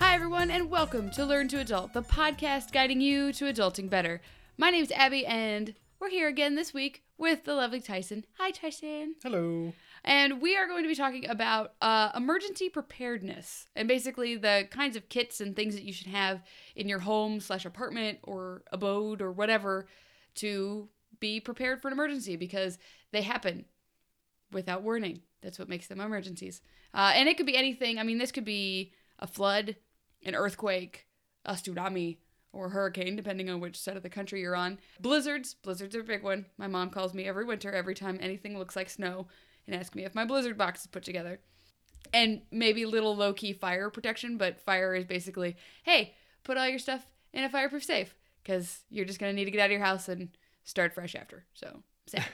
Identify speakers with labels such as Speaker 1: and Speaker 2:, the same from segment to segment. Speaker 1: everyone, and welcome to Learn to Adult, the podcast guiding you to adulting better. My name's Abby, and we're here again this week with the lovely Tyson. Hi, Tyson.
Speaker 2: Hello.
Speaker 1: And we are going to be talking about uh, emergency preparedness and basically the kinds of kits and things that you should have in your home slash apartment or abode or whatever to be prepared for an emergency because they happen without warning. That's what makes them emergencies. Uh, and it could be anything. I mean, this could be a flood, an earthquake, a tsunami, or a hurricane, depending on which side of the country you're on. Blizzards. Blizzards are a big one. My mom calls me every winter, every time anything looks like snow, and asks me if my blizzard box is put together. And maybe little low key fire protection, but fire is basically hey, put all your stuff in a fireproof safe because you're just going to need to get out of your house and start fresh after. So sad.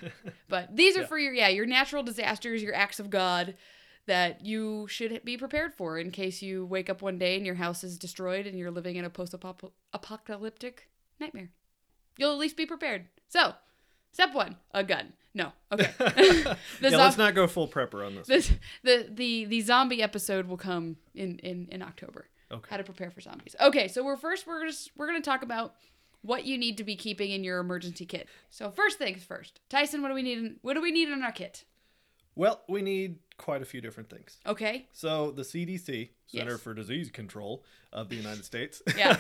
Speaker 1: but these are
Speaker 2: Yeah.
Speaker 1: for your, yeah, your natural disasters, your acts of God that you should be prepared for in case you wake up one day and your house is destroyed and you're living in a post apocalyptic nightmare. You'll at least be prepared. So, step one a gun. No. Okay. the
Speaker 2: yeah,
Speaker 1: zombie-
Speaker 2: let's not go full prepper on this.
Speaker 1: this the the the zombie episode will come in in in October.
Speaker 2: Okay.
Speaker 1: How to prepare for zombies. Okay, so we're first we're just we're gonna talk about what you need to be keeping in your emergency kit. So first things first, Tyson, what do we need? In, what do we need in our kit?
Speaker 2: well, we need quite a few different things.
Speaker 1: Okay,
Speaker 2: So the CDC, Center
Speaker 1: Yes.
Speaker 2: for Disease Control of the United States,
Speaker 1: Yeah.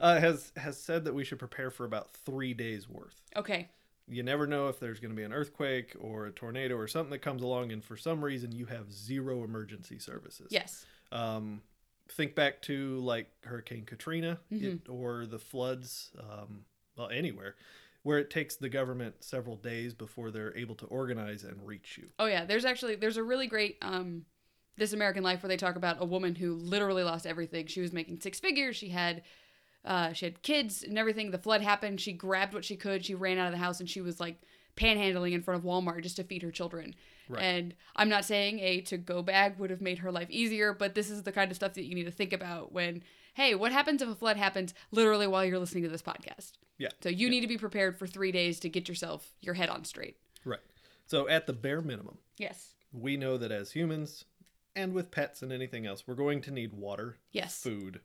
Speaker 2: uh, has has said that we should prepare for about three days worth.
Speaker 1: okay,
Speaker 2: You never know if there's going to be an earthquake or a tornado or something that comes along, and for some reason you have zero emergency services.
Speaker 1: yes,
Speaker 2: Um, think back to like Hurricane Katrina
Speaker 1: Mm-hmm.
Speaker 2: it- or the floods, um, well, anywhere, where it takes the government several days before they're able to organize and reach you.
Speaker 1: oh yeah. There's actually there's a really great um, This American Life where they talk about a woman who literally lost everything. She was making six figures. She had uh, she had kids and everything. The flood happened. She grabbed what she could. She ran out of the house and she was like panhandling in front of Walmart just to feed her children.
Speaker 2: Right.
Speaker 1: And I'm not saying a to go bag would have made her life easier, but this is the kind of stuff that you need to think about when, hey, what happens if a flood happens literally while you're listening to this podcast?
Speaker 2: Yeah.
Speaker 1: So you need to be prepared for three days to get yourself your head on straight.
Speaker 2: Right. So, at the bare minimum,
Speaker 1: Yes.
Speaker 2: we know that as humans and with pets and anything else, we're going to need water,
Speaker 1: Yes.
Speaker 2: food,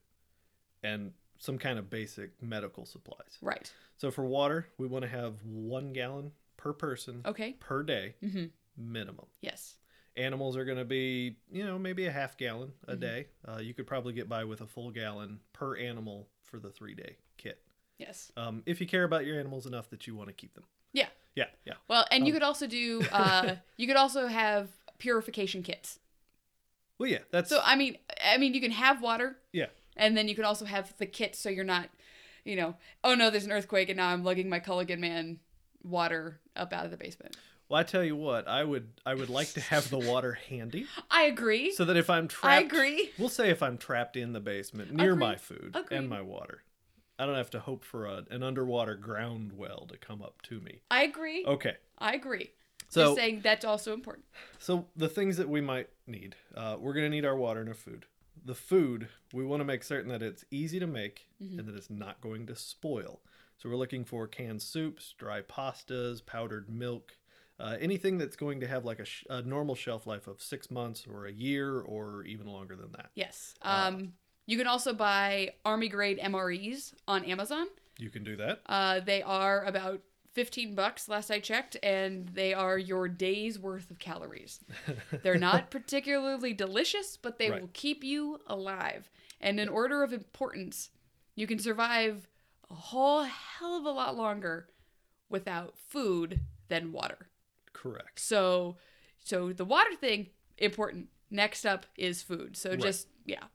Speaker 2: and some kind of basic medical supplies.
Speaker 1: Right.
Speaker 2: So, for water, we want to have one gallon per person
Speaker 1: Okay.
Speaker 2: per day
Speaker 1: Mm-hmm.
Speaker 2: minimum.
Speaker 1: Yes.
Speaker 2: animals are going to be you know maybe a half gallon a
Speaker 1: Mm-hmm.
Speaker 2: day uh, you could probably get by with a full gallon per animal for the three day kit
Speaker 1: Yes.
Speaker 2: um, if you care about your animals enough that you want to keep them
Speaker 1: Yeah.
Speaker 2: yeah yeah
Speaker 1: Well, and
Speaker 2: Um.
Speaker 1: you could also do, uh, you could also have purification kits.
Speaker 2: well yeah that's
Speaker 1: So I mean, I mean, you can have water,
Speaker 2: yeah
Speaker 1: and then you can also have the kit, so you're not, you know, oh no, there's an earthquake, and now I'm lugging my Culligan man water up out of the basement.
Speaker 2: well i tell you what i would i would like to have the water handy
Speaker 1: I agree.
Speaker 2: so that if i'm trapped
Speaker 1: I agree.
Speaker 2: we'll say if i'm trapped in the basement near my food
Speaker 1: Agreed.
Speaker 2: and my water i don't have to hope for a, an underwater ground well to come up to me
Speaker 1: I agree.
Speaker 2: okay
Speaker 1: I agree.
Speaker 2: Oh. so
Speaker 1: Just saying that's also important.
Speaker 2: So the things that we might need, uh, we're gonna need our water and our food. The food we want to make certain that it's easy to make
Speaker 1: Mm-hmm.
Speaker 2: and that it's not going to spoil. So we're looking for canned soups, dry pastas, powdered milk, uh, anything that's going to have like a, sh- a normal shelf life of six months or a year or even longer than that.
Speaker 1: Yes.
Speaker 2: Uh.
Speaker 1: Um, you can also buy army grade MREs on Amazon.
Speaker 2: You can do that.
Speaker 1: Uh, they are about 15 bucks last I checked, and they are your day's worth of calories. They're not particularly delicious, but they
Speaker 2: Right.
Speaker 1: will keep you alive. And in order of importance, you can survive a whole hell of a lot longer without food than water.
Speaker 2: Correct.
Speaker 1: So, so the water thing important. Next up is food. So
Speaker 2: Right.
Speaker 1: just yeah,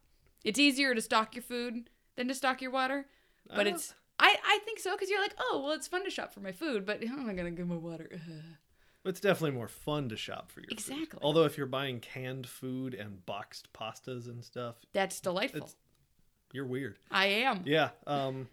Speaker 1: it's easier to stock your food than to stock your water, but
Speaker 2: Uh,
Speaker 1: it's I I think so because you're like oh well it's fun to shop for my food, but how am I gonna get my water? Ugh.
Speaker 2: It's definitely more fun to shop for your food.
Speaker 1: Exactly.
Speaker 2: Although if you're buying canned food and boxed pastas and stuff,
Speaker 1: That's delightful.
Speaker 2: It's- you're weird.
Speaker 1: I am.
Speaker 2: Yeah. Um,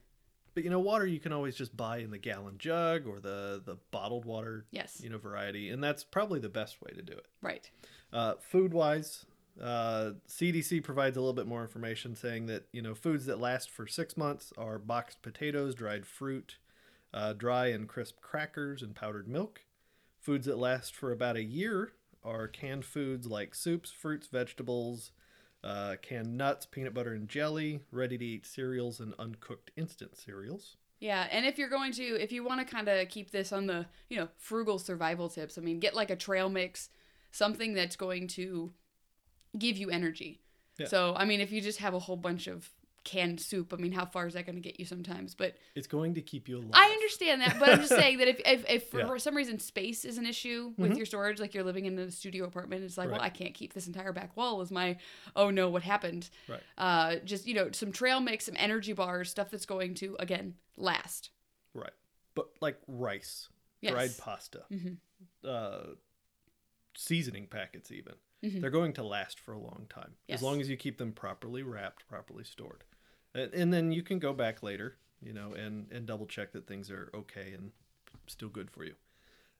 Speaker 2: but you know, water you can always just buy in the gallon jug or the the bottled water,
Speaker 1: Yes.
Speaker 2: you know, variety, and that's probably the best way to do it.
Speaker 1: Right.
Speaker 2: Uh, food wise, uh, CDC provides a little bit more information saying that you know foods that last for six months are boxed potatoes, dried fruit, uh, dry and crisp crackers, and powdered milk. Foods that last for about a year are canned foods like soups, fruits, vegetables, uh, canned nuts, peanut butter and jelly, ready to eat cereals, and uncooked instant cereals.
Speaker 1: Yeah, and if you're going to, if you want to kind of keep this on the, you know, frugal survival tips, I mean, get like a trail mix, something that's going to give you energy.
Speaker 2: Yeah.
Speaker 1: So, I mean, if you just have a whole bunch of canned soup, I mean, how far is that going to get you sometimes? But
Speaker 2: It's going to keep you alive.
Speaker 1: I understand that, but I'm just saying that if, if, if for
Speaker 2: Yeah. Mm-hmm.
Speaker 1: some reason space is an issue with your storage, like you're living in a studio apartment, it's like, well,
Speaker 2: Right.
Speaker 1: I can't keep this entire back wall as my, oh no, what happened?
Speaker 2: Right.
Speaker 1: Uh, just, you know, some trail mix, some energy bars, stuff that's going to, again, last.
Speaker 2: Right. But like rice,
Speaker 1: Yes.
Speaker 2: dried pasta,
Speaker 1: Mhm.
Speaker 2: uh, seasoning packets, even.
Speaker 1: Mhm.
Speaker 2: They're going to last for a long time
Speaker 1: Yes.
Speaker 2: as long as you keep them properly wrapped, properly stored. And, and then you can go back later, you know, and, and double check that things are okay and still good for you.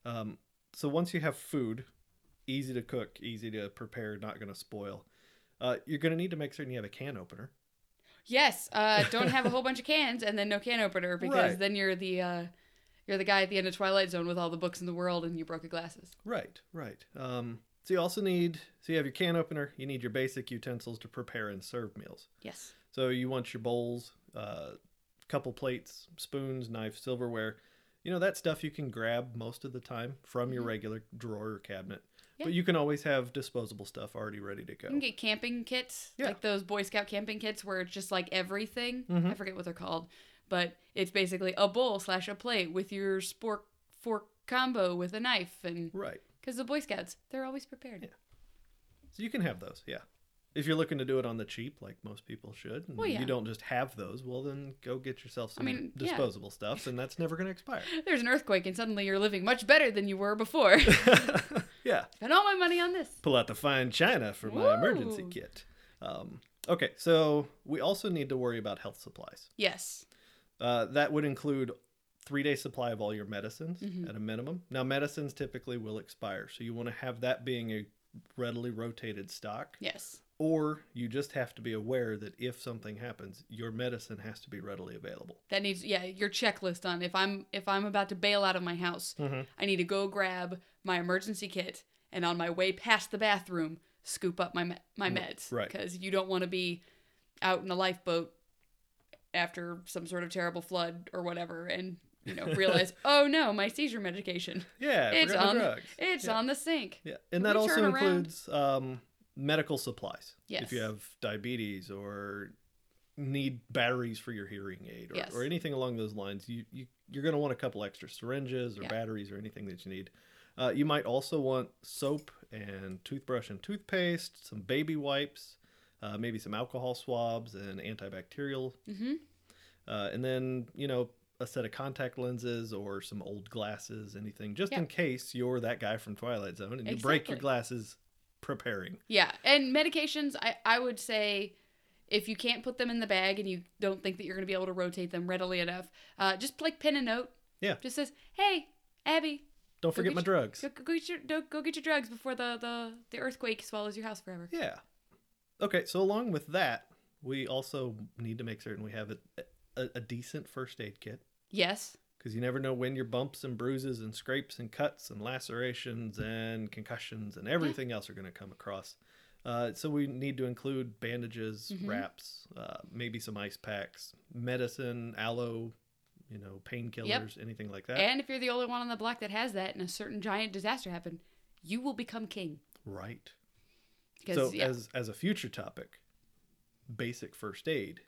Speaker 2: Um, so once you have food, easy to cook, easy to prepare, not going to spoil, uh, you're going to need to make certain you have a can opener.
Speaker 1: Yes, uh, don't have a whole bunch of cans and then no can opener because
Speaker 2: Right.
Speaker 1: then you're the uh, you're the guy at the end of Twilight Zone with all the books in the world and you broke your glasses.
Speaker 2: Right, right. Um, so you also need, so you have your can opener, you need your basic utensils to prepare and serve meals.
Speaker 1: Yes.
Speaker 2: So you want your bowls, uh, couple plates, spoons, knife, silverware. You know, that stuff you can grab most of the time from your regular drawer or cabinet.
Speaker 1: Mm-hmm. Yeah.
Speaker 2: But you can always have disposable stuff already ready to go.
Speaker 1: You can get camping kits,
Speaker 2: Yeah.
Speaker 1: like those Boy Scout camping kits where it's just like everything.
Speaker 2: Mhm.
Speaker 1: I forget what they're called, but it's basically a bowl slash a plate with your spork fork combo with a knife and
Speaker 2: Right.
Speaker 1: because the Boy Scouts they're always prepared.
Speaker 2: Yeah. So you can have those, yeah. If you're looking to do it on the cheap, like most people should, and
Speaker 1: Well, yeah.
Speaker 2: you don't just have those, well, then go get yourself some
Speaker 1: mean, yeah.
Speaker 2: disposable stuff, and that's never going to expire.
Speaker 1: There's an earthquake and suddenly you're living much better than you were before.
Speaker 2: yeah.
Speaker 1: Spent all my money on this.
Speaker 2: pull out the fine china for my emergency
Speaker 1: Ooh.
Speaker 2: kit. Um, okay, so we also need to worry about health supplies.
Speaker 1: Yes.
Speaker 2: Uh, that would include three day supply of all your medicines at a minimum. Now, medicines typically will expire, so you want to have that being a readily rotated stock,
Speaker 1: Yes.
Speaker 2: or you just have to be aware that if something happens, your medicine has to be readily available.
Speaker 1: that needs yeah your checklist on if i'm if i'm about to bail out of my house
Speaker 2: Mhm.
Speaker 1: i need to go grab my emergency kit and on my way past the bathroom scoop up my me- my meds
Speaker 2: right.
Speaker 1: because you don't want to be out in a lifeboat after some sort of terrible flood or whatever and you know realize oh no my seizure medication
Speaker 2: Yeah, I
Speaker 1: it's
Speaker 2: forgot my
Speaker 1: on
Speaker 2: drugs.
Speaker 1: it's
Speaker 2: Yeah.
Speaker 1: on the sink
Speaker 2: Yeah, and
Speaker 1: Can
Speaker 2: that
Speaker 1: we
Speaker 2: also
Speaker 1: turn around?
Speaker 2: includes um, medical supplies. If you
Speaker 1: Yes.
Speaker 2: have diabetes or need batteries for your hearing aid or,
Speaker 1: Yes.
Speaker 2: or anything along those lines, you, you you're going to want a couple extra syringes or
Speaker 1: Yeah.
Speaker 2: batteries or anything that you need. Uh, you might also want soap and toothbrush and toothpaste, some baby wipes, uh, maybe some alcohol swabs and antibacterial,
Speaker 1: mm-hmm.
Speaker 2: uh, and then you know a set of contact lenses or some old glasses, anything just
Speaker 1: Yeah.
Speaker 2: in case you're that guy from Twilight Zone and you break your
Speaker 1: Exactly.
Speaker 2: glasses preparing.
Speaker 1: yeah and medications i i would say if you can't put them in the bag and you don't think that you're going to be able to rotate them readily enough uh, just like pin a note
Speaker 2: Yeah.
Speaker 1: just says, "Hey, Abby,
Speaker 2: Don't forget
Speaker 1: get
Speaker 2: my
Speaker 1: your-
Speaker 2: drugs.
Speaker 1: go, go get your go, go get your drugs before the, the the earthquake swallows your house forever."
Speaker 2: Yeah. Okay, so along with that, we also need to make certain we have a, a, a decent first aid kit
Speaker 1: Yes,
Speaker 2: because you never know when your bumps and bruises and scrapes and cuts and lacerations and concussions and everything else are going to come across. Uh, so we need to include bandages,
Speaker 1: Mhm.
Speaker 2: wraps, uh, maybe some ice packs, medicine, aloe, you know, painkillers, anything like that.
Speaker 1: and if you're the only one on the block that has that, and a certain giant disaster happened, you will become king.
Speaker 2: right.
Speaker 1: Because
Speaker 2: So
Speaker 1: yeah,
Speaker 2: as as a future topic, basic first aid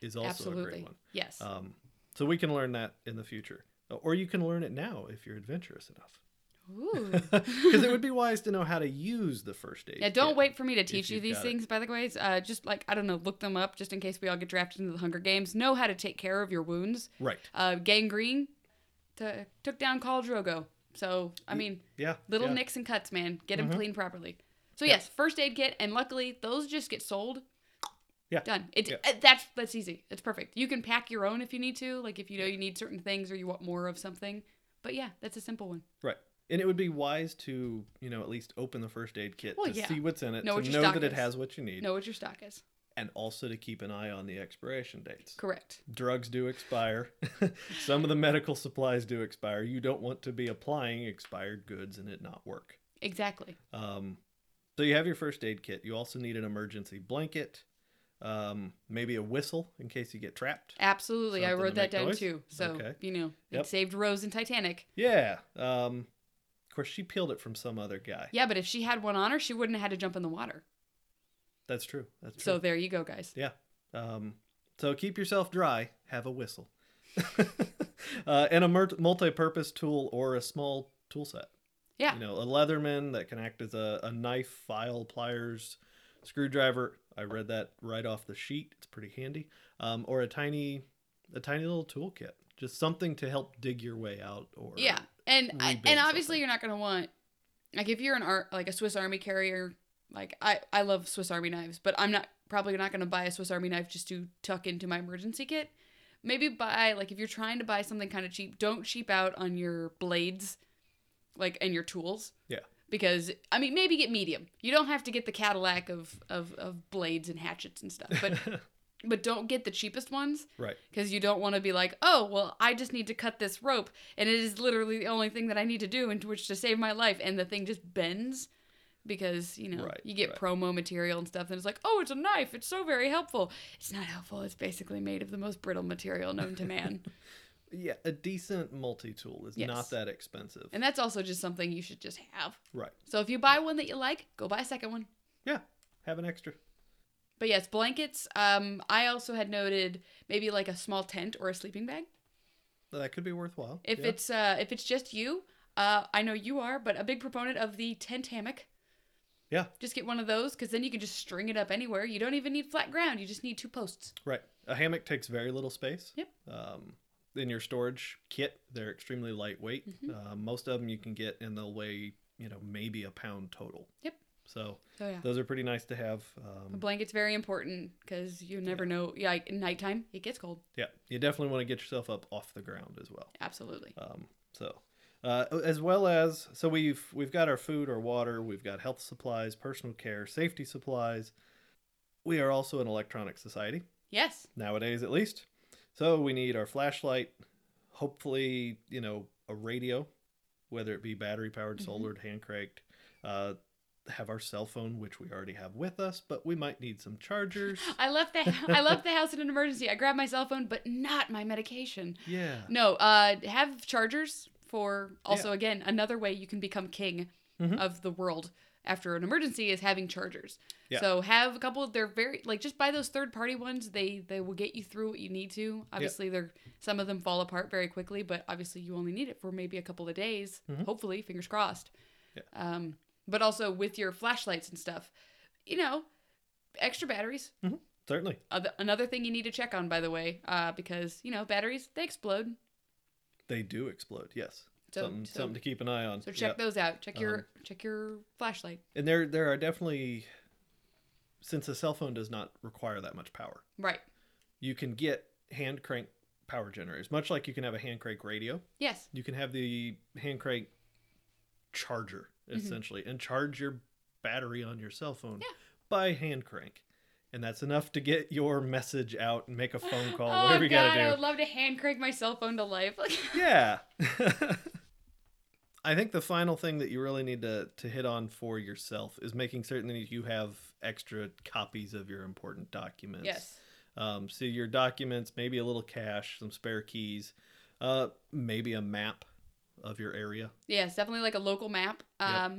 Speaker 2: is also a great
Speaker 1: absolutely,
Speaker 2: one.
Speaker 1: yes,
Speaker 2: Um, so we can learn that in the future, or you can learn it now if you're adventurous enough.
Speaker 1: Ooh.
Speaker 2: Because it would be wise to know how to use the first aid.
Speaker 1: Yeah, don't
Speaker 2: kit.
Speaker 1: wait for me to teach you
Speaker 2: you've
Speaker 1: these
Speaker 2: got it.
Speaker 1: things, by the way. Uh, just like, I don't know, look them up just in case we all get drafted into the Hunger Games. Know how to take care of your wounds.
Speaker 2: Right.
Speaker 1: Uh, gangrene to, took down Khal Drogo. So, I mean,
Speaker 2: Yeah.
Speaker 1: Little
Speaker 2: yeah.
Speaker 1: nicks and cuts, man. Get them
Speaker 2: Mhm.
Speaker 1: cleaned properly. So
Speaker 2: Yeah.
Speaker 1: yes, first aid kit, and luckily those just get sold.
Speaker 2: Yeah.
Speaker 1: Done. It's
Speaker 2: Yeah.
Speaker 1: uh, that's that's easy. It's perfect. You can pack your own if you need to, like if you know you need certain things or you want more of something. But yeah, that's a simple one.
Speaker 2: Right. And it would be wise to, you know, at least open the first aid kit
Speaker 1: Well,
Speaker 2: to
Speaker 1: yeah.
Speaker 2: see what's in it,
Speaker 1: Know
Speaker 2: to
Speaker 1: what your
Speaker 2: know
Speaker 1: stock
Speaker 2: that it
Speaker 1: is.
Speaker 2: has what you need,
Speaker 1: Know what your stock is.
Speaker 2: and also to keep an eye on the expiration dates.
Speaker 1: Correct.
Speaker 2: Drugs do expire. Some of the medical supplies do expire. You don't want to be applying expired goods and it not work.
Speaker 1: Exactly.
Speaker 2: Um, So you have your first aid kit. You also need an emergency blanket, um, maybe a whistle in case you get trapped.
Speaker 1: Absolutely. I
Speaker 2: Something to
Speaker 1: wrote that
Speaker 2: make
Speaker 1: down
Speaker 2: noise?
Speaker 1: too. So,
Speaker 2: Okay.
Speaker 1: you know,
Speaker 2: Yep.
Speaker 1: it saved Rose in Titanic.
Speaker 2: Yeah. Um, of course, she peeled it from some other guy.
Speaker 1: Yeah, but if she had one on her, she wouldn't have had to jump in the water.
Speaker 2: That's true. That's
Speaker 1: So
Speaker 2: true.
Speaker 1: there you go, guys.
Speaker 2: Yeah. Um, so keep yourself dry. Have a whistle. uh, and a mer- multi-purpose tool or a small tool set.
Speaker 1: Yeah.
Speaker 2: You know, a Leatherman that can act as a, a knife, file, pliers, screwdriver. I read that right off the sheet. It's pretty handy. Um, or a tiny, a tiny little toolkit. Just something to help dig your way out. Or
Speaker 1: Yeah, and I,
Speaker 2: rebuild
Speaker 1: and obviously
Speaker 2: something.
Speaker 1: you're not gonna want like if you're an art like a Swiss Army carrier. Like I I love Swiss Army knives, but I'm not probably not gonna buy a Swiss Army knife just to tuck into my emergency kit. Maybe buy like if you're trying to buy something kind of cheap, don't cheap out on your blades, like and your tools.
Speaker 2: Yeah.
Speaker 1: Because I mean, maybe get medium. You don't have to get the Cadillac of of, of blades and hatchets and stuff, but but don't get the cheapest ones
Speaker 2: right.
Speaker 1: because you don't want to be like, oh, well, I just need to cut this rope, and it is literally the only thing that I need to do in which to save my life, and the thing just bends because you know
Speaker 2: Right,
Speaker 1: you get
Speaker 2: right.
Speaker 1: promo material and stuff, and it's like, oh, it's a knife, it's so very helpful. It's not helpful. It's basically made of the most brittle material known to man,
Speaker 2: Yeah. A decent multi-tool is
Speaker 1: Yes.
Speaker 2: not that expensive.
Speaker 1: and that's also just something you should just have.
Speaker 2: right.
Speaker 1: So if you buy one that you like, go buy a second one.
Speaker 2: Yeah. Have an extra.
Speaker 1: But yes, blankets. Um, I also had noted maybe like a small tent or a sleeping bag.
Speaker 2: That could be worthwhile.
Speaker 1: If
Speaker 2: Yeah.
Speaker 1: it's uh, if it's just you, uh, I know you are, but a big proponent of the tent hammock.
Speaker 2: Yeah.
Speaker 1: Just get one of those because then you can just string it up anywhere. You don't even need flat ground. You just need two posts.
Speaker 2: Right. A hammock takes very little space.
Speaker 1: Yep.
Speaker 2: Um, in your storage kit, they're extremely lightweight.
Speaker 1: Mm-hmm.
Speaker 2: Uh, most of them you can get, and they'll weigh, you know, maybe a pound total.
Speaker 1: Yep.
Speaker 2: So
Speaker 1: So Oh, yeah,
Speaker 2: those are pretty nice to have.
Speaker 1: a
Speaker 2: Um,
Speaker 1: blanket's very important because you never know. Yeah, like nighttime it gets cold.
Speaker 2: yeah. You definitely want to get yourself up off the ground as well.
Speaker 1: Absolutely.
Speaker 2: Um, so. Uh, as well as so we've we've got our food or water we've got health supplies personal care safety supplies we are also an electronic society
Speaker 1: Yes.
Speaker 2: nowadays at least. So we need our flashlight, hopefully, you know, a radio, whether it be battery powered,
Speaker 1: Mhm.
Speaker 2: solar, hand cranked. Uh, have our cell phone, which we already have with us, but we might need some chargers.
Speaker 1: I left the I left the house in an emergency. I grabbed my cell phone, but not my medication.
Speaker 2: Yeah.
Speaker 1: No, uh, have chargers for also
Speaker 2: Yeah.
Speaker 1: again another way you can become king
Speaker 2: Mhm.
Speaker 1: of the world after an emergency is having chargers.
Speaker 2: Yeah.
Speaker 1: So have a couple. They're very like just buy those third party ones. They they will get you through what you need to. Obviously, they're some of them fall apart very quickly, but obviously you only need it for maybe a couple of days.
Speaker 2: Mhm.
Speaker 1: Hopefully, fingers crossed.
Speaker 2: Yeah.
Speaker 1: Um, but also with your flashlights and stuff, you know, extra batteries.
Speaker 2: Certainly.
Speaker 1: Other, another thing you need to check on, by the way, uh, because you know batteries they explode.
Speaker 2: They do explode. Yes.
Speaker 1: So,
Speaker 2: something,
Speaker 1: so,
Speaker 2: something to keep an eye on.
Speaker 1: so check
Speaker 2: Yeah.
Speaker 1: those out. Check your
Speaker 2: Um,
Speaker 1: check your flashlight.
Speaker 2: And there, there are definitely, since a cell phone does not require that much power,
Speaker 1: Right.
Speaker 2: you can get hand crank power generators, much like you can have a hand crank radio.
Speaker 1: Yes.
Speaker 2: you can have the hand crank charger essentially and charge your battery on your cell phone
Speaker 1: Mm-hmm. Yeah.
Speaker 2: by hand crank and that's enough to get your message out and make a phone call
Speaker 1: oh
Speaker 2: whatever you
Speaker 1: God, I
Speaker 2: gotta
Speaker 1: would love to hand crank my cell phone to life.
Speaker 2: do yeah i think the final thing that you really need to, to hit on for yourself is making certain that you have extra copies of your important documents
Speaker 1: yes.
Speaker 2: um, so your documents, maybe a little cash, some spare keys, uh, maybe a map of your area.
Speaker 1: Yes, definitely like a local map.
Speaker 2: Yep.
Speaker 1: Um,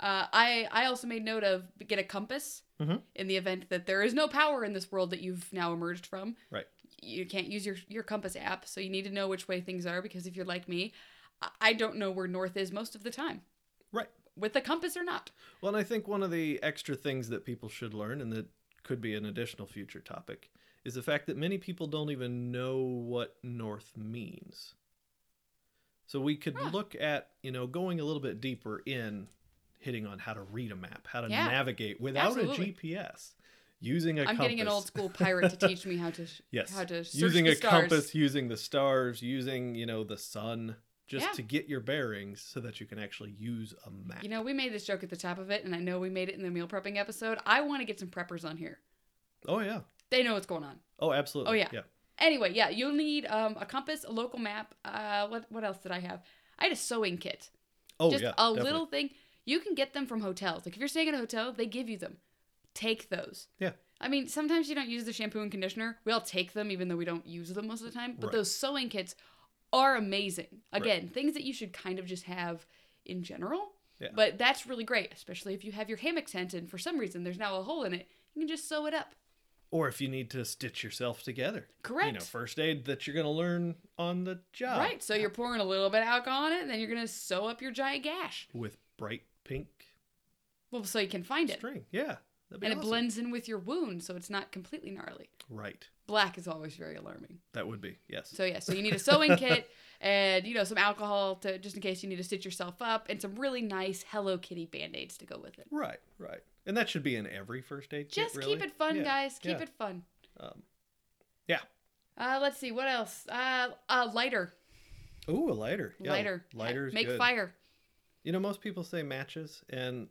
Speaker 1: uh, I I also made note of get a compass
Speaker 2: Mhm.
Speaker 1: in the event that there is no power in this world that you've now emerged from.
Speaker 2: Right.
Speaker 1: You can't use your your compass app, so you need to know which way things are because if you're like me, I- I don't know where north is most of the time.
Speaker 2: Right.
Speaker 1: With a compass or not.
Speaker 2: Well, and I think one of the extra things that people should learn, and that could be an additional future topic, is the fact that many people don't even know what North means. So we could
Speaker 1: Huh.
Speaker 2: look at, you know, going a little bit deeper in hitting on how to read a map, how to
Speaker 1: Yeah.
Speaker 2: navigate without
Speaker 1: Absolutely.
Speaker 2: a GPS, using a
Speaker 1: I'm
Speaker 2: compass.
Speaker 1: getting an old school pirate to teach me how to
Speaker 2: Yes.
Speaker 1: how to search
Speaker 2: using
Speaker 1: the
Speaker 2: a
Speaker 1: stars.
Speaker 2: compass, using the stars, using, you know, the sun, just
Speaker 1: Yeah.
Speaker 2: to get your bearings so that you can actually use a map.
Speaker 1: You know, we made this joke at the top of it, and I know we made it in the meal prepping episode. I want to get some preppers on here.
Speaker 2: oh, yeah.
Speaker 1: They know what's going on.
Speaker 2: Oh, absolutely.
Speaker 1: Oh, yeah.
Speaker 2: Yeah.
Speaker 1: Anyway, yeah, you'll need um, a compass, a local map. Uh, what what else did I have? I had a sewing kit.
Speaker 2: Oh,
Speaker 1: Just
Speaker 2: yeah.
Speaker 1: a
Speaker 2: definitely.
Speaker 1: little thing. You can get them from hotels. Like if you're staying at a hotel, they give you them. Take those.
Speaker 2: Yeah.
Speaker 1: I mean, sometimes you don't use the shampoo and conditioner. We all take them, even though we don't use them most of the time. But
Speaker 2: Right.
Speaker 1: those sewing kits are amazing. Again, things that you should kind of just have in general.
Speaker 2: Yeah.
Speaker 1: But that's really great, especially if you have your hammock tent and for some reason there's now a hole in it. You can just sew it up.
Speaker 2: Or if you need to stitch yourself together. You know,
Speaker 1: Correct.
Speaker 2: first aid that you're going to learn on the job.
Speaker 1: Right. So you're pouring a little bit of alcohol on it, and then you're going to sew up your giant gash.
Speaker 2: With bright pink
Speaker 1: Well, so you can find it.
Speaker 2: string. Yeah. That'd be
Speaker 1: And it
Speaker 2: awesome.
Speaker 1: blends in with your wound, so it's not completely gnarly.
Speaker 2: Right.
Speaker 1: Black is always very alarming.
Speaker 2: That would be. Yes.
Speaker 1: So yeah, so you need a sewing kit and you know some alcohol to just in case you need to stitch yourself up, and some really nice Hello Kitty band aids to go with it.
Speaker 2: Right. Right. And that should be in every first aid kit,
Speaker 1: Just keep
Speaker 2: really.
Speaker 1: it fun,
Speaker 2: Yeah,
Speaker 1: guys. Keep
Speaker 2: yeah.
Speaker 1: it fun.
Speaker 2: Um, yeah.
Speaker 1: Uh, let's see what else. Uh, uh lighter,
Speaker 2: Ooh, a lighter. Yeah,
Speaker 1: lighter,
Speaker 2: Lighters.
Speaker 1: Make
Speaker 2: good.
Speaker 1: fire.
Speaker 2: You know, most people say matches, and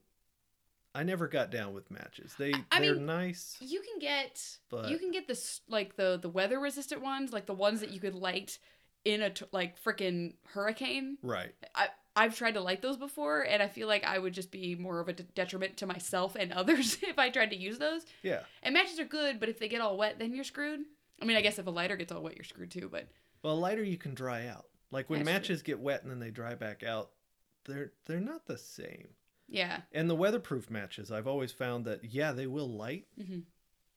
Speaker 2: I never got down with matches. They
Speaker 1: I- I
Speaker 2: they're
Speaker 1: mean,
Speaker 2: nice.
Speaker 1: You can get
Speaker 2: But-
Speaker 1: you can get this like the the weather resistant ones, like the ones that you could light in a t- like freaking hurricane.
Speaker 2: Right.
Speaker 1: I I've tried to light those before, and I feel like I would just be more of a de- detriment to myself and others if I tried to use those.
Speaker 2: Yeah.
Speaker 1: And matches are good, but if they get all wet, then you're screwed. I mean, I guess if a lighter gets all wet, you're screwed too. But
Speaker 2: Well, a lighter you can dry out. Like when
Speaker 1: That's true.
Speaker 2: matches get wet and then they dry back out, they're they're not the same.
Speaker 1: yeah,
Speaker 2: And the weatherproof matches, I've always found that yeah, they will light,
Speaker 1: hmm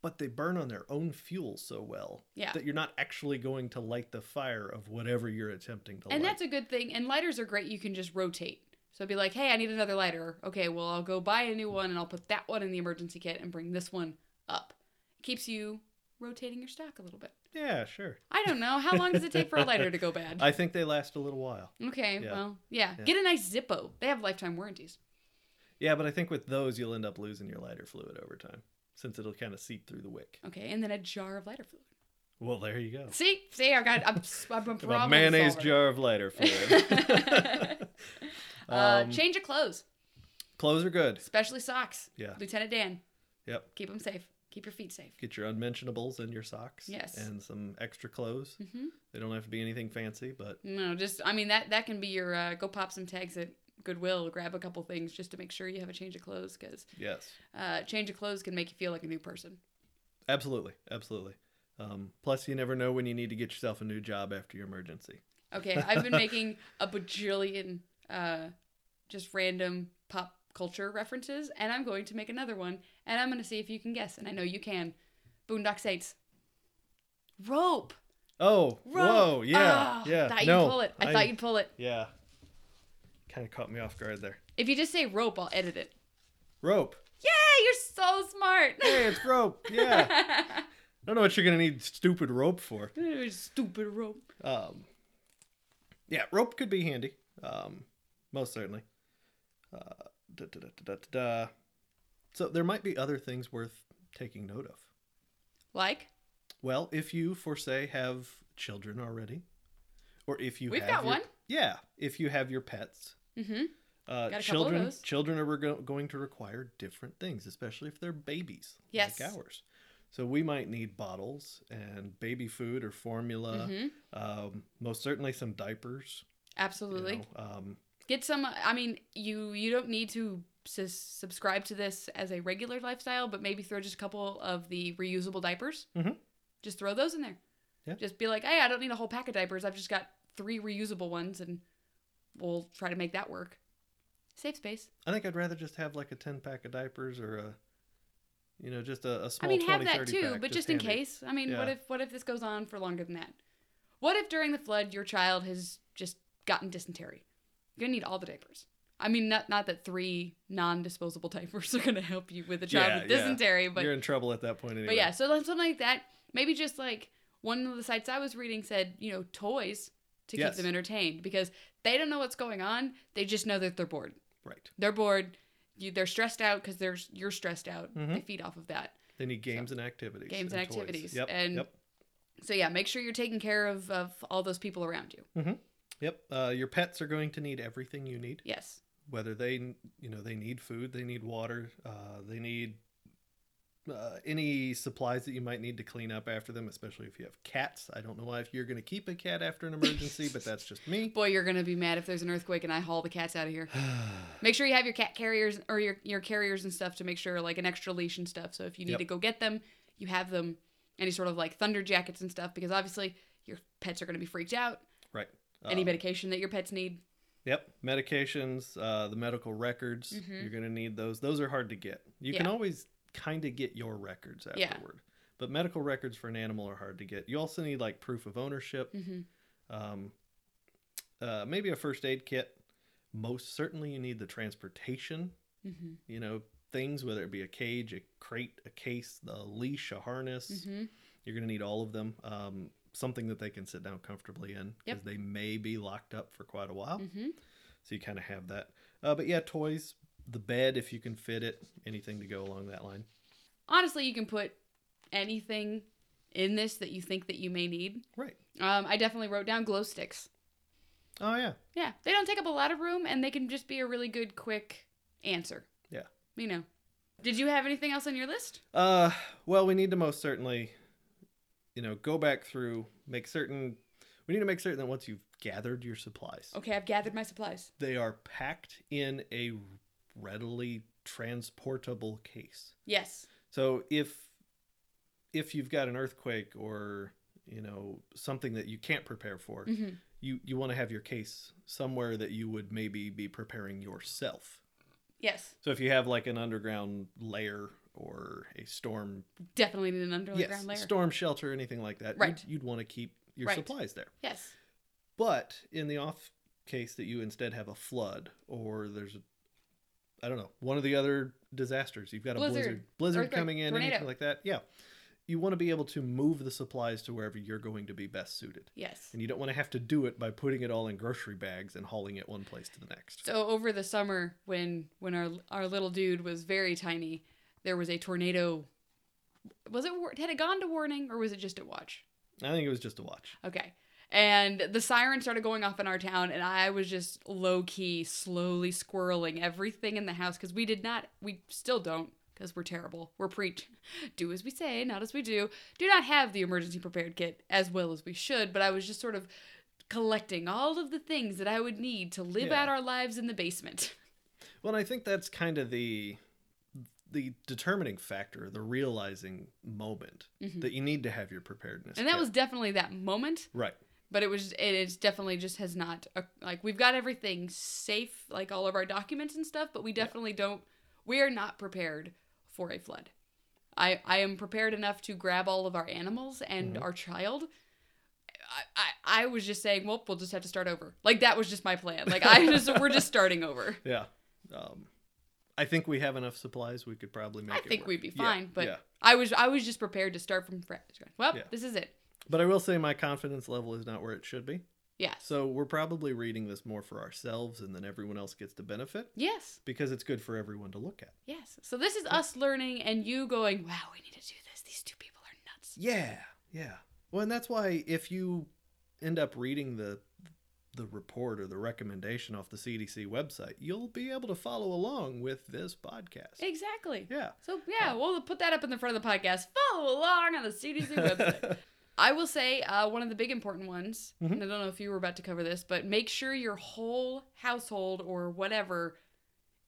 Speaker 2: but they burn on their own fuel so well
Speaker 1: yeah,
Speaker 2: that you're not actually going to light the fire of whatever you're attempting to
Speaker 1: and
Speaker 2: light.
Speaker 1: that's a good thing. And lighters are great; you can just rotate. So it'd be like, hey, I need another lighter. Okay, well, I'll go buy a new one, and I'll put that one in the emergency kit and bring this one up. keeps you rotating your stock a little bit.
Speaker 2: yeah, sure.
Speaker 1: I don't know how long does it take for a lighter to go bad.
Speaker 2: I think they last a little while.
Speaker 1: Okay,
Speaker 2: Yeah.
Speaker 1: well, yeah.
Speaker 2: Yeah.
Speaker 1: Get a nice Zippo. They have lifetime warranties.
Speaker 2: Yeah, but I think with those you'll end up losing your lighter fluid over time since it'll kind of seep through the wick.
Speaker 1: Okay, and then a jar of lighter fluid.
Speaker 2: Well, there you go.
Speaker 1: See, see, I got. I'm, I'm a
Speaker 2: A
Speaker 1: problem
Speaker 2: Oh. mayonnaise
Speaker 1: solver.
Speaker 2: jar of lighter fluid.
Speaker 1: Uh,
Speaker 2: Um,
Speaker 1: change of clothes,
Speaker 2: Clothes are good.
Speaker 1: especially socks.
Speaker 2: Yeah.
Speaker 1: Lieutenant Dan,
Speaker 2: Yep.
Speaker 1: keep them safe. Keep your feet safe.
Speaker 2: Get your unmentionables and your socks.
Speaker 1: Yes.
Speaker 2: And some extra clothes.
Speaker 1: hmm
Speaker 2: They don't have to be anything fancy, but
Speaker 1: No, just I mean that that can be your uh, go pop some tags at Goodwill, grab a couple things just to make sure you have a change of clothes because
Speaker 2: yes,
Speaker 1: uh, change of clothes can make you feel like a new person.
Speaker 2: absolutely, absolutely. Um, plus, you never know when you need to get yourself a new job after your emergency.
Speaker 1: Okay, I've been making a bajillion uh, just random pop culture references, and I'm going to make another one, and I'm going to see if you can guess, and I know you can. Boondock Saints. Rope.
Speaker 2: Oh,
Speaker 1: Rope.
Speaker 2: whoa, yeah,
Speaker 1: Ah,
Speaker 2: yeah.
Speaker 1: Thought you'd
Speaker 2: no,
Speaker 1: pull it. I, thought you'd pull it.
Speaker 2: Yeah. Kind of caught me off guard there.
Speaker 1: If you just say rope, I'll edit it.
Speaker 2: Rope.
Speaker 1: Yeah, you're so smart.
Speaker 2: Hey, it's rope. Yeah. I don't know what you're gonna need stupid rope for.
Speaker 1: Stupid rope.
Speaker 2: Um, yeah, rope could be handy. Um, most certainly. Uh, da, da, da, da, da, da, da. So there might be other things worth taking note of.
Speaker 1: Like
Speaker 2: Well, if you, for say, have children already, or if you
Speaker 1: We've
Speaker 2: have
Speaker 1: got
Speaker 2: your-
Speaker 1: one.
Speaker 2: yeah, if you have your pets,
Speaker 1: Mm-hmm. Got a
Speaker 2: uh,
Speaker 1: couple of
Speaker 2: children
Speaker 1: those.
Speaker 2: children are go- going to require different things, especially if they're babies
Speaker 1: Yes.
Speaker 2: like ours. So we might need bottles and baby food or formula.
Speaker 1: Mhm.
Speaker 2: Um, most certainly some diapers. you
Speaker 1: Absolutely.
Speaker 2: know, um,
Speaker 1: Get some. I mean, you you don't need to sus- subscribe to this as a regular lifestyle, but maybe throw just a couple of the reusable diapers.
Speaker 2: Mhm.
Speaker 1: Just throw those in there.
Speaker 2: Yeah.
Speaker 1: Just be like, hey, I don't need a whole pack of diapers. I've just got three reusable ones, and we'll try to make that work. Save space.
Speaker 2: I think I'd rather just have like a 10 pack of diapers or a, you know, just a, a small
Speaker 1: I mean,
Speaker 2: 20,
Speaker 1: have that
Speaker 2: 30
Speaker 1: too,
Speaker 2: pack
Speaker 1: but just, in
Speaker 2: handy.
Speaker 1: case. I mean, what
Speaker 2: Yeah.
Speaker 1: if what if this goes on for longer than that? What if during the flood your child has just gotten dysentery? You're gonna need all the diapers. I mean, not not that three non-disposable diapers are gonna help you with a child
Speaker 2: Yeah,
Speaker 1: with
Speaker 2: yeah.
Speaker 1: dysentery, but
Speaker 2: You're in trouble at that point anyway.
Speaker 1: but yeah, so like- something like that. Maybe just like one of the sites I was reading said, you know, toys to
Speaker 2: Yes.
Speaker 1: keep them entertained because they don't know what's going on. They just know that they're bored
Speaker 2: Right.
Speaker 1: they're bored you, they're stressed out because they're you're stressed out
Speaker 2: Mhm.
Speaker 1: they feed off of that
Speaker 2: They need games and activities.
Speaker 1: Games and
Speaker 2: toys.
Speaker 1: activities,
Speaker 2: Yep.
Speaker 1: and-
Speaker 2: yep.
Speaker 1: so yeah make sure you're taking care of of all those people around you
Speaker 2: Yep. Uh, your pets are going to need everything you need,
Speaker 1: yes
Speaker 2: whether they, you know, they need food, they need water, uh, they need uh, any supplies that you might need to clean up after them, especially if you have cats. I don't know why if you're going to keep a cat after an emergency, but that's just me.
Speaker 1: Boy, you're gonna be mad if there's an earthquake and I haul the cats out of here. make sure you have your cat carriers or your, your carriers and stuff to make sure like an extra leash and stuff. So if you need
Speaker 2: Yep.
Speaker 1: to go get them, you have them. Any sort of like thunder jackets and stuff because obviously your pets are gonna be freaked out.
Speaker 2: Right.
Speaker 1: Any
Speaker 2: Um,
Speaker 1: medication that your pets need.
Speaker 2: Yep. Medications, uh, the medical records. You're going to need those. Those are hard to get. You can
Speaker 1: Mm-hmm. Yeah.
Speaker 2: always kind of get your records
Speaker 1: Yeah.
Speaker 2: afterward. But medical records for an animal are hard to get. You also need like proof of ownership,
Speaker 1: hmm
Speaker 2: um, uh, maybe a first aid kit. Most certainly, you need the transportation,
Speaker 1: hmm
Speaker 2: you know, things, whether it be a cage, a crate, a case, a leash, a harness.
Speaker 1: hmm
Speaker 2: You're going to need all of them. Um, something that they can sit down comfortably in because
Speaker 1: Yep.
Speaker 2: they may be locked up for quite a while.
Speaker 1: hmm
Speaker 2: So you kind of have that. Uh, but yeah, toys, the bed if you can fit it, anything to go along that line.
Speaker 1: Honestly, you can put anything in this that you think that you may need.
Speaker 2: Right.
Speaker 1: Um, I definitely wrote down glow sticks.
Speaker 2: Oh yeah.
Speaker 1: Yeah, they don't take up a lot of room, and they can just be a really good, quick answer.
Speaker 2: Yeah.
Speaker 1: You know. Did you have anything else on your list?
Speaker 2: Uh, well, we need to most certainly, you know, go back through, make certain. We need to make certain that once you've gathered your supplies,
Speaker 1: Okay, I've gathered my supplies.
Speaker 2: they are packed in a readily transportable case.
Speaker 1: Yes.
Speaker 2: So if if you've got an earthquake or you know something that you can't prepare for,
Speaker 1: Mhm.
Speaker 2: you you want to have your case somewhere that you would maybe be preparing yourself.
Speaker 1: Yes.
Speaker 2: So if you have like an underground lair or a storm
Speaker 1: Definitely need an underground
Speaker 2: yes,
Speaker 1: layer.
Speaker 2: storm shelter or anything like that,
Speaker 1: Right.
Speaker 2: you'd, you'd want to keep your
Speaker 1: Right.
Speaker 2: supplies there.
Speaker 1: yes.
Speaker 2: But in the off case that you instead have a flood or there's a I don't know, one of the other disasters. You've got a
Speaker 1: Blizzard,
Speaker 2: blizzard blizzard
Speaker 1: earthquake,
Speaker 2: coming in,
Speaker 1: tornado.
Speaker 2: anything like that. Yeah. You want to be able to move the supplies to wherever you're going to be best suited.
Speaker 1: Yes.
Speaker 2: And you don't want to have to do it by putting it all in grocery bags and hauling it one place to the next.
Speaker 1: So over the summer, when when our our little dude was very tiny, there was a tornado. Was it war- had it gone to warning or was it just a watch?
Speaker 2: I think it was just a watch.
Speaker 1: Okay. And the siren started going off in our town, and I was just low key, slowly squirreling everything in the house because we did not, we still don't, because we're terrible. We're preach, do as we say, not as we do. Do not have the emergency prepared kit as well as we should, but I was just sort of collecting all of the things that I would need to live
Speaker 2: Yeah.
Speaker 1: out our lives in the basement.
Speaker 2: Well, and I think that's kind of the the determining factor, the realizing moment
Speaker 1: Mhm.
Speaker 2: that you need to have your preparedness.
Speaker 1: And that
Speaker 2: kit.
Speaker 1: was definitely that moment,
Speaker 2: right.
Speaker 1: but it was, it is definitely just has not, uh, like, we've got everything safe, like all of our documents and stuff, but we definitely don't we are not prepared for a flood. I, I am prepared enough to grab all of our animals and
Speaker 2: Mhm.
Speaker 1: our child. I, I, I was just saying, well, we'll just have to start over. Like that was just my plan. Like I just we're just starting over.
Speaker 2: Yeah. Um, I think we have enough supplies. We could probably make
Speaker 1: I
Speaker 2: it.
Speaker 1: think
Speaker 2: work.
Speaker 1: we'd be
Speaker 2: Yeah,
Speaker 1: fine, but
Speaker 2: yeah.
Speaker 1: I was I was just prepared to start from fresh. Well,
Speaker 2: Yeah.
Speaker 1: this is it.
Speaker 2: But I will say my confidence level is not where it should be.
Speaker 1: Yes.
Speaker 2: So we're probably reading this more for ourselves, and then everyone else gets to benefit
Speaker 1: Yes.
Speaker 2: because it's good for everyone to look at.
Speaker 1: Yes. So this is us learning and you going, Wow, we need to do this. These two people are nuts.
Speaker 2: Yeah. Yeah. Well, and that's why if you end up reading the the report or the recommendation off the CDC website, you'll be able to follow along with this podcast.
Speaker 1: Exactly.
Speaker 2: Yeah.
Speaker 1: So yeah, we'll put that up in the front of the podcast. Follow along on the CDC website. I will say uh, one of the big important ones,
Speaker 2: Mhm.
Speaker 1: and I don't know if you were about to cover this, but make sure your whole household or whatever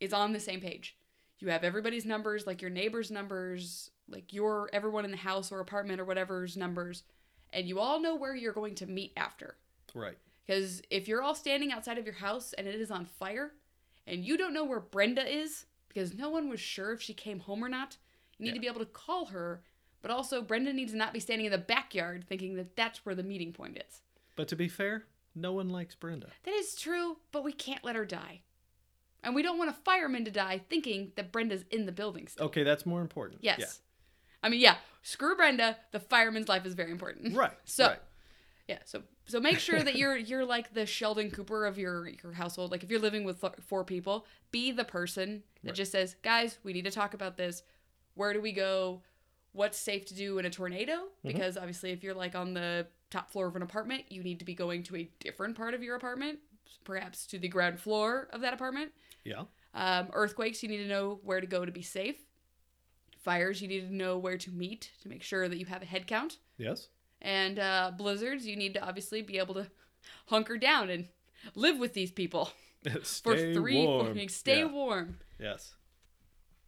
Speaker 1: is on the same page. You have everybody's numbers, like your neighbor's numbers, like your everyone in the house or apartment or whatever's numbers, and you all know where you're going to meet after.
Speaker 2: right.
Speaker 1: Because if you're all standing outside of your house and it is on fire, and you don't know where Brenda is because no one was sure if she came home or not, you need to
Speaker 2: Yeah.
Speaker 1: be able to call her. But also, Brenda needs to not be standing in the backyard thinking that that's where the meeting point is.
Speaker 2: But to be fair, no one likes Brenda.
Speaker 1: That is true, but we can't let her die. And we don't want a fireman to die thinking that Brenda's in the building still.
Speaker 2: Okay, that's more important.
Speaker 1: Yes. I mean, yeah, screw Brenda. The fireman's life is very important.
Speaker 2: Yeah. Right.
Speaker 1: So,
Speaker 2: right.
Speaker 1: Yeah, so so make sure that you're you're like the Sheldon Cooper of your your household. Like if you're living with th- four people, be the person that
Speaker 2: Right.
Speaker 1: just says, "Guys, we need to talk about this. Where do we go? What's safe to do in a tornado?" Because obviously, if you're like on the top floor of an apartment, you need to be going to a different part of your apartment, perhaps to the ground floor of that apartment.
Speaker 2: Yeah.
Speaker 1: Um, earthquakes, you need to know where to go to be safe. Fires, you need to know where to meet to make sure that you have a head count.
Speaker 2: Yes.
Speaker 1: And uh, blizzards, you need to obviously be able to hunker down and live with these people for
Speaker 2: Stay
Speaker 1: three
Speaker 2: warm.
Speaker 1: fucking- Stay
Speaker 2: Yeah.
Speaker 1: warm.
Speaker 2: Yes.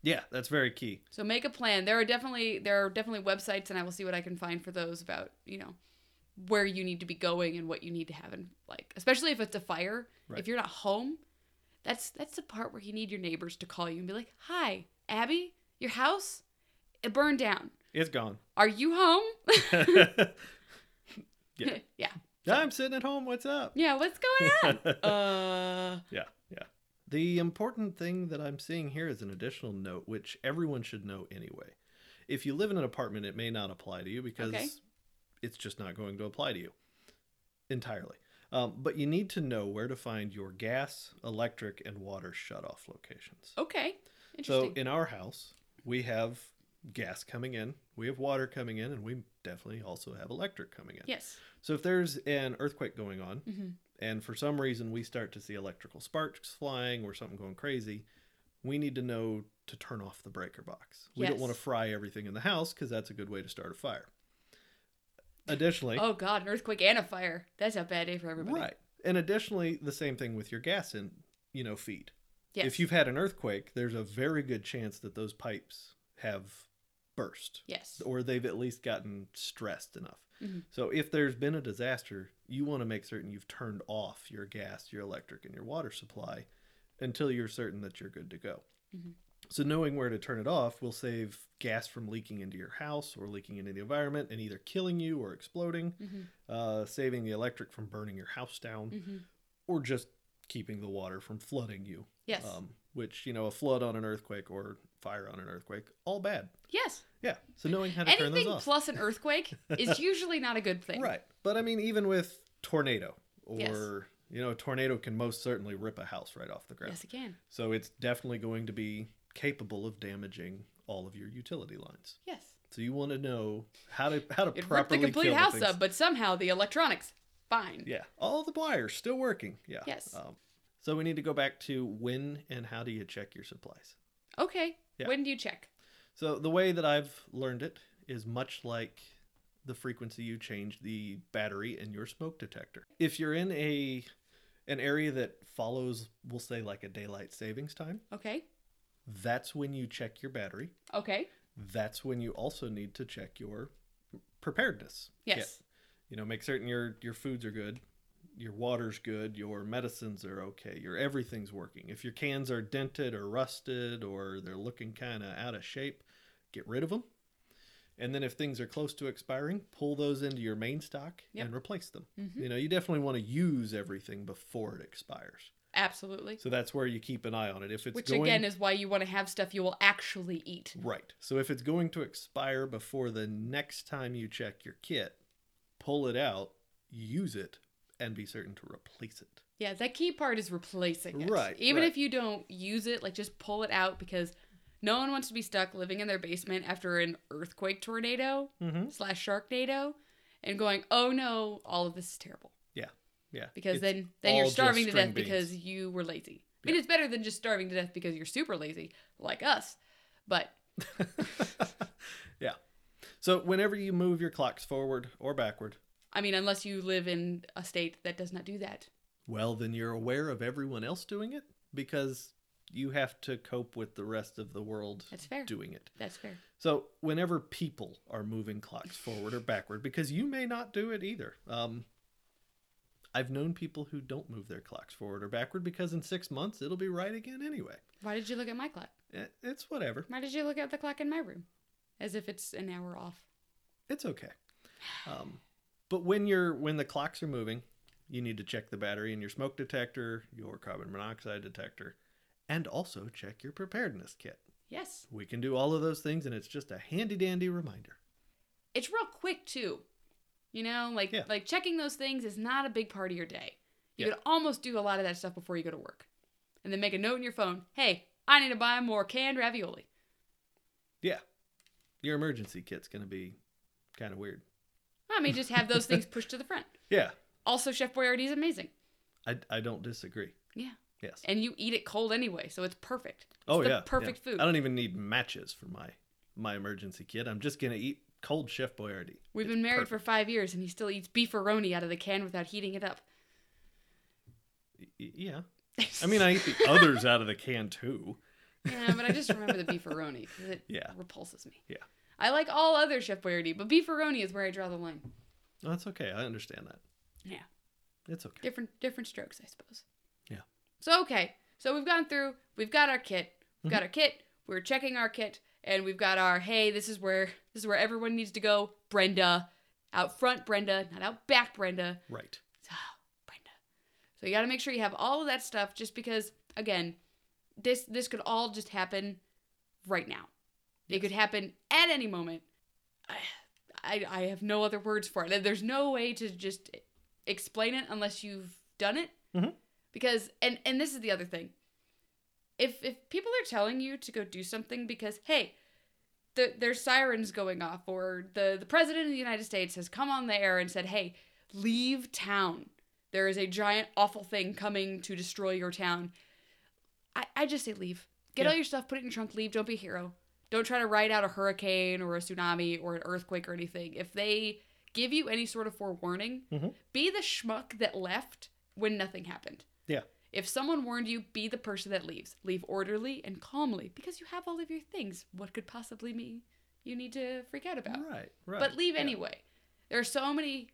Speaker 2: Yeah, that's very key.
Speaker 1: So make a plan. There are definitely there are definitely websites, and I will see what I can find for those about you know where you need to be going and what you need to have in like, especially if it's a fire.
Speaker 2: Right.
Speaker 1: If you're not home, that's that's the part where you need your neighbors to call you and be like, "Hi, Abby, your house it burned down.
Speaker 2: It's gone.
Speaker 1: Are you home?"
Speaker 2: Yeah.
Speaker 1: yeah.
Speaker 2: I'm sitting at home. What's up?
Speaker 1: Yeah, Oh, what's going on? uh,
Speaker 2: Yeah, yeah. The important thing that I'm seeing here is an additional note, which everyone should know anyway. If you live in an apartment, it may not apply to you because
Speaker 1: Okay.
Speaker 2: it's just not going to apply to you entirely. Um, but you need to know where to find your gas, electric, and water shutoff locations.
Speaker 1: okay.
Speaker 2: so
Speaker 1: Oh, Interesting.
Speaker 2: in our house, we have gas coming in, we have water coming in, and we definitely also have electric coming in.
Speaker 1: yes.
Speaker 2: So if there's an earthquake going on,
Speaker 1: hmm
Speaker 2: and for some reason we start to see electrical sparks flying or something going crazy, we need to know to turn off the breaker box. We don't
Speaker 1: Yes.
Speaker 2: want to fry everything in the house because that's a good way to start a fire. Additionally,
Speaker 1: Oh God, an earthquake and a fire. That's a bad day for everybody.
Speaker 2: right. And additionally, the same thing with your gas in, you know, feed.
Speaker 1: Yes.
Speaker 2: If you've had an earthquake, there's a very good chance that those pipes have burst
Speaker 1: yes.
Speaker 2: or they've at least gotten stressed enough.
Speaker 1: Mhm.
Speaker 2: So if there's been a disaster, you want to make certain you've turned off your gas, your electric, and your water supply until you're certain that you're good to go.
Speaker 1: Mhm.
Speaker 2: So knowing where to turn it off will save gas from leaking into your house or leaking into the environment and either killing you or exploding,
Speaker 1: Mhm.
Speaker 2: uh, saving the electric from burning your house down,
Speaker 1: Mhm.
Speaker 2: or just keeping the water from flooding you.
Speaker 1: Yes.
Speaker 2: Um, which you know, a flood on an earthquake or fire on an earthquake, all bad.
Speaker 1: yes.
Speaker 2: Yeah. So knowing how to turn those
Speaker 1: Anything
Speaker 2: off.
Speaker 1: plus an earthquake is usually not a good thing.
Speaker 2: Right. But I mean, even with tornado or,
Speaker 1: Yes.
Speaker 2: you know, a tornado can most certainly rip a house right off the ground.
Speaker 1: Yes, it can.
Speaker 2: So it's definitely going to be capable of damaging all of your utility lines.
Speaker 1: Yes.
Speaker 2: So you want to know how to how to
Speaker 1: It ripped
Speaker 2: properly
Speaker 1: the complete
Speaker 2: kill
Speaker 1: house
Speaker 2: things.
Speaker 1: up, but somehow the electronics, fine.
Speaker 2: Yeah. All the wires still working. Yeah.
Speaker 1: Yes.
Speaker 2: Um, so we need to go back to when and how do you check your supplies?
Speaker 1: Okay.
Speaker 2: Yeah.
Speaker 1: When do you check?
Speaker 2: So the way that I've learned it is much like the frequency you change the battery in your smoke detector. If you're in a an area that follows we'll say like a daylight savings time,
Speaker 1: Okay.
Speaker 2: that's when you check your battery.
Speaker 1: Okay.
Speaker 2: That's when you also need to check your preparedness.
Speaker 1: Yes.
Speaker 2: kit. You know, make certain your your foods are good, your water's good, your medicines are okay, your everything's working. If your cans are dented or rusted or they're looking kind of out of shape, get rid of them. And then if things are close to expiring, pull those into your main stock
Speaker 1: Yep.
Speaker 2: and replace them.
Speaker 1: Mhm.
Speaker 2: You know, you definitely want to use everything before it expires.
Speaker 1: Absolutely.
Speaker 2: So that's where you keep an eye on it. If it's
Speaker 1: Which
Speaker 2: going
Speaker 1: again is why you want to have stuff you will actually eat.
Speaker 2: Right. So if it's going to expire before the next time you check your kit, pull it out, use it, and be certain to replace it.
Speaker 1: Yeah, that key part is replacing it.
Speaker 2: Right,
Speaker 1: Even
Speaker 2: right.
Speaker 1: if you don't use it, like just pull it out because no one wants to be stuck living in their basement after an earthquake tornado
Speaker 2: Mm-hmm.
Speaker 1: slash sharknado and going, oh no, all of this is terrible.
Speaker 2: Yeah.
Speaker 1: because
Speaker 2: It's-
Speaker 1: then then
Speaker 2: all
Speaker 1: you're
Speaker 2: just
Speaker 1: starving to
Speaker 2: string
Speaker 1: death
Speaker 2: beans.
Speaker 1: because you were lazy. I mean, it's better than just starving to death because you're super lazy, like us. But
Speaker 2: yeah. So whenever you move your clocks forward or backward,
Speaker 1: I mean, unless you live in a state that does not do that,
Speaker 2: well, then you're aware of everyone else doing it because you have to cope with the rest of the world
Speaker 1: That's fair.
Speaker 2: doing it.
Speaker 1: that's fair.
Speaker 2: So whenever people are moving clocks forward or backward, because you may not do it either. Um, I've known people who don't move their clocks forward or backward because in six months it'll be right again anyway.
Speaker 1: Why did you look at my clock?
Speaker 2: It, it's whatever.
Speaker 1: Why did you look at the clock in my room, as if it's an hour off?
Speaker 2: It's okay. Um, but when you're when the clocks are moving, you need to check the battery in your smoke detector, your carbon monoxide detector, and also check your preparedness kit.
Speaker 1: Yes,
Speaker 2: We can do all of those things, and it's just a handy dandy reminder.
Speaker 1: it's real quick too. You know, like
Speaker 2: Yeah.
Speaker 1: like checking those things is not a big part of your day. You
Speaker 2: Yeah.
Speaker 1: could almost do a lot of that stuff before you go to work, and then make a note in your phone. Hey, I need to buy more canned ravioli.
Speaker 2: Yeah, your emergency kit's gonna be kind of weird.
Speaker 1: I mean, just have those things pushed to the front.
Speaker 2: Yeah,
Speaker 1: Also, Chef Boyardee is amazing.
Speaker 2: I, I don't disagree.
Speaker 1: Yeah.
Speaker 2: Yes.
Speaker 1: And you eat it cold anyway, so it's perfect. It's
Speaker 2: oh
Speaker 1: the
Speaker 2: yeah.
Speaker 1: Perfect
Speaker 2: yeah.
Speaker 1: food.
Speaker 2: I don't even need matches for my my emergency kit. I'm just gonna eat cold Chef Boyardee.
Speaker 1: We've been married for five years, and he still eats beefaroni out of the can without heating it up.
Speaker 2: Y- y- yeah. I mean, I eat the others out of the can too.
Speaker 1: yeah, but I just remember the beefaroni because it
Speaker 2: Yeah.
Speaker 1: repulses me.
Speaker 2: Yeah.
Speaker 1: I like all other Chef Boyardee, but beefaroni is where I draw the line.
Speaker 2: No, that's okay. I understand that.
Speaker 1: Yeah.
Speaker 2: It's okay.
Speaker 1: different different strokes, I suppose.
Speaker 2: Yeah.
Speaker 1: So okay, so we've gone through. We've got our kit. We've got our kit. We're checking our kit, and we've got our hey. This is where this is where everyone needs to go. Brenda, out front, Brenda, not out back, Brenda.
Speaker 2: Right.
Speaker 1: So Brenda. So you got to make sure you have all of that stuff, just because again, this this could all just happen right now. It could happen at any moment. I, I have no other words for it. There's no way to just explain it unless you've done it.
Speaker 2: Mhm.
Speaker 1: Because and and this is the other thing. If if people are telling you to go do something because hey, the, there's sirens going off or the the president of the United States has come on the air and said, "Hey, leave town. There is a giant awful thing coming to destroy your town." I I just say leave. Get all
Speaker 2: Yeah.
Speaker 1: your stuff, put it in your trunk, leave. Don't be a hero. Don't try to ride out a hurricane or a tsunami or an earthquake or anything. If they give you any sort of forewarning,
Speaker 2: Mhm.
Speaker 1: be the schmuck that left when nothing happened.
Speaker 2: Yeah.
Speaker 1: If someone warned you, be the person that leaves. Leave orderly and calmly because you have all of your things. What could possibly be you need to freak out about?
Speaker 2: Right. Right.
Speaker 1: But leave
Speaker 2: Yeah.
Speaker 1: anyway. There are so many,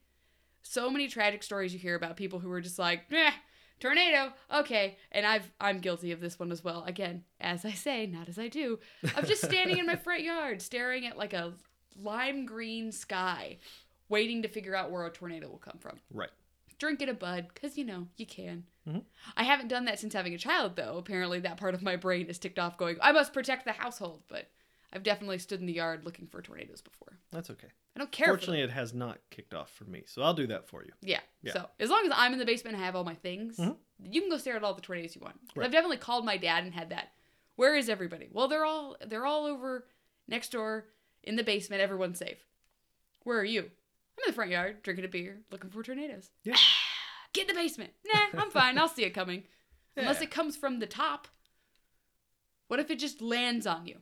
Speaker 1: so many tragic stories you hear about people who are just like, eh, tornado, okay. And I've I'm guilty of this one as well. Again, as I say, not as I do. I'm just standing in my front yard, staring at like a lime green sky, waiting to figure out where a tornado will come from.
Speaker 2: Right.
Speaker 1: Drinking a bud, because you know you can.
Speaker 2: Mhm.
Speaker 1: I haven't done that since having a child, though. Apparently, that part of my brain is ticked off, going, I must protect the household. But I've definitely stood in the yard looking for tornadoes before.
Speaker 2: That's okay.
Speaker 1: I don't care. for them.
Speaker 2: Fortunately, it has not kicked off for me, so I'll do that for you.
Speaker 1: Yeah.
Speaker 2: Yeah.
Speaker 1: So as long as I'm in the basement and I have all my things,
Speaker 2: Mhm.
Speaker 1: you can go stare at all the tornadoes you want. 'Cause
Speaker 2: Right.
Speaker 1: I've definitely called my dad and had that. Where is everybody? Well, they're all they're all over next door in the basement. Everyone's safe. Where are you? I'm in the front yard drinking a beer, looking for tornadoes. Ah,
Speaker 2: Yeah.
Speaker 1: Get in the basement. Nah, I'm fine. I'll see it coming. Unless
Speaker 2: Yeah.
Speaker 1: it comes from the top. What if it just lands on you?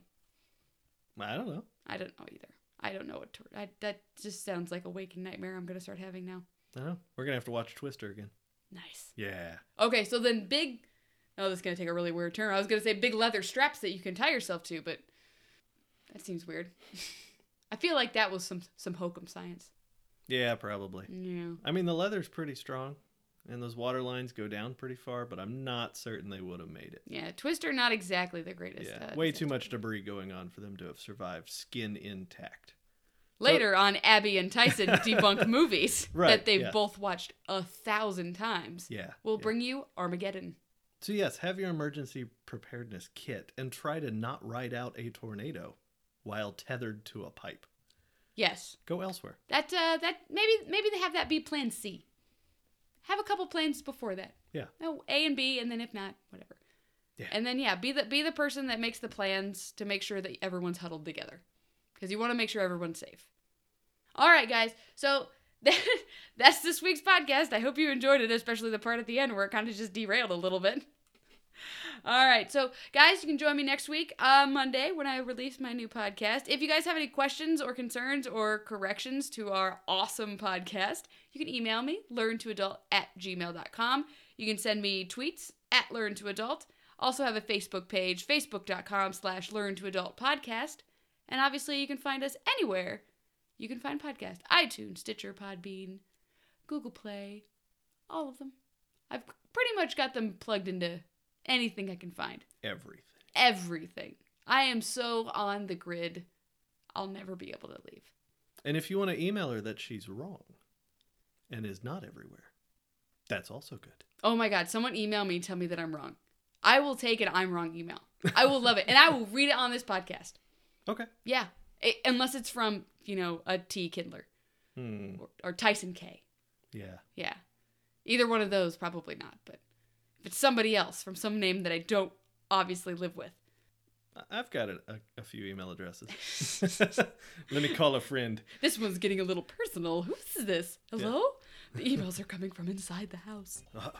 Speaker 2: I don't know.
Speaker 1: I don't know either. I don't know what tor- I, that just sounds like a waking nightmare I'm gonna start having now.
Speaker 2: I don't know. We're gonna have to watch Twister again.
Speaker 1: Nice.
Speaker 2: Yeah.
Speaker 1: Okay, so then big. Oh, this is gonna take a really weird turn. I was gonna say big leather straps that you can tie yourself to, but that seems weird. I feel like that was some some hokum science.
Speaker 2: Yeah, probably.
Speaker 1: No.
Speaker 2: I mean, the leather's pretty strong, and those water lines go down pretty far, but I'm not certain they would have made it.
Speaker 1: Yeah, Twister not exactly the greatest.
Speaker 2: Yeah.
Speaker 1: uh,
Speaker 2: Way
Speaker 1: disaster.
Speaker 2: too much debris going on for them to have survived skin intact.
Speaker 1: Later on, Abby and Tyson debunk movies
Speaker 2: Right,
Speaker 1: that they've
Speaker 2: yeah.
Speaker 1: both watched a thousand times.
Speaker 2: Yeah.
Speaker 1: We'll
Speaker 2: yeah.
Speaker 1: bring you Armageddon.
Speaker 2: So yes, have your emergency preparedness kit and try to not ride out a tornado while tethered to a pipe.
Speaker 1: Yes,
Speaker 2: Go elsewhere.
Speaker 1: that uh, that maybe maybe they have that be Plan C. Have a couple plans before that.
Speaker 2: Yeah.
Speaker 1: No, A and B, and then if not, whatever.
Speaker 2: Yeah.
Speaker 1: And then yeah, be the be the person that makes the plans to make sure that everyone's huddled together, because you want to make sure everyone's safe. All right, guys. So that, that's this week's podcast. I hope you enjoyed it, especially the part at the end where it kind of just derailed a little bit. All right, so guys, you can join me next week uh, Monday when I release my new podcast. If you guys have any questions or concerns or corrections to our awesome podcast, you can email me, learntoadult at gmail.com. You can send me tweets at learntoadult. Also have a Facebook page, facebook.com slash learntoadult podcast. And obviously you can find us anywhere. You can find podcasts, iTunes, Stitcher, Podbean, Google Play, all of them. I've pretty much got them plugged into anything I can find.
Speaker 2: Everything.
Speaker 1: Everything. I am so on the grid. I'll never be able to leave.
Speaker 2: And if you want to email her that she's wrong and is not everywhere, that's also good.
Speaker 1: Oh my god, someone email me and tell me that I'm wrong. I will take an I'm wrong email. I will love it. And I will read it on this podcast.
Speaker 2: Okay.
Speaker 1: Yeah. I unless it's from, you know, a T Kindler
Speaker 2: Hmm.
Speaker 1: or, or Tyson K.
Speaker 2: Yeah.
Speaker 1: Yeah. Either one of those, probably not. But if it's somebody else from some name that I don't obviously live with,
Speaker 2: I- I've got a, a, a few email addresses. Let me call a friend.
Speaker 1: this one's getting a little personal. Who's this? Hello? The emails are coming from inside the house.
Speaker 2: Oh,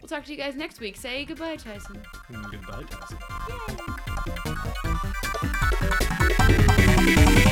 Speaker 1: We'll talk to you guys next week. Say goodbye, Tyson.
Speaker 2: goodbye, Tyson.
Speaker 1: Yay. Bye.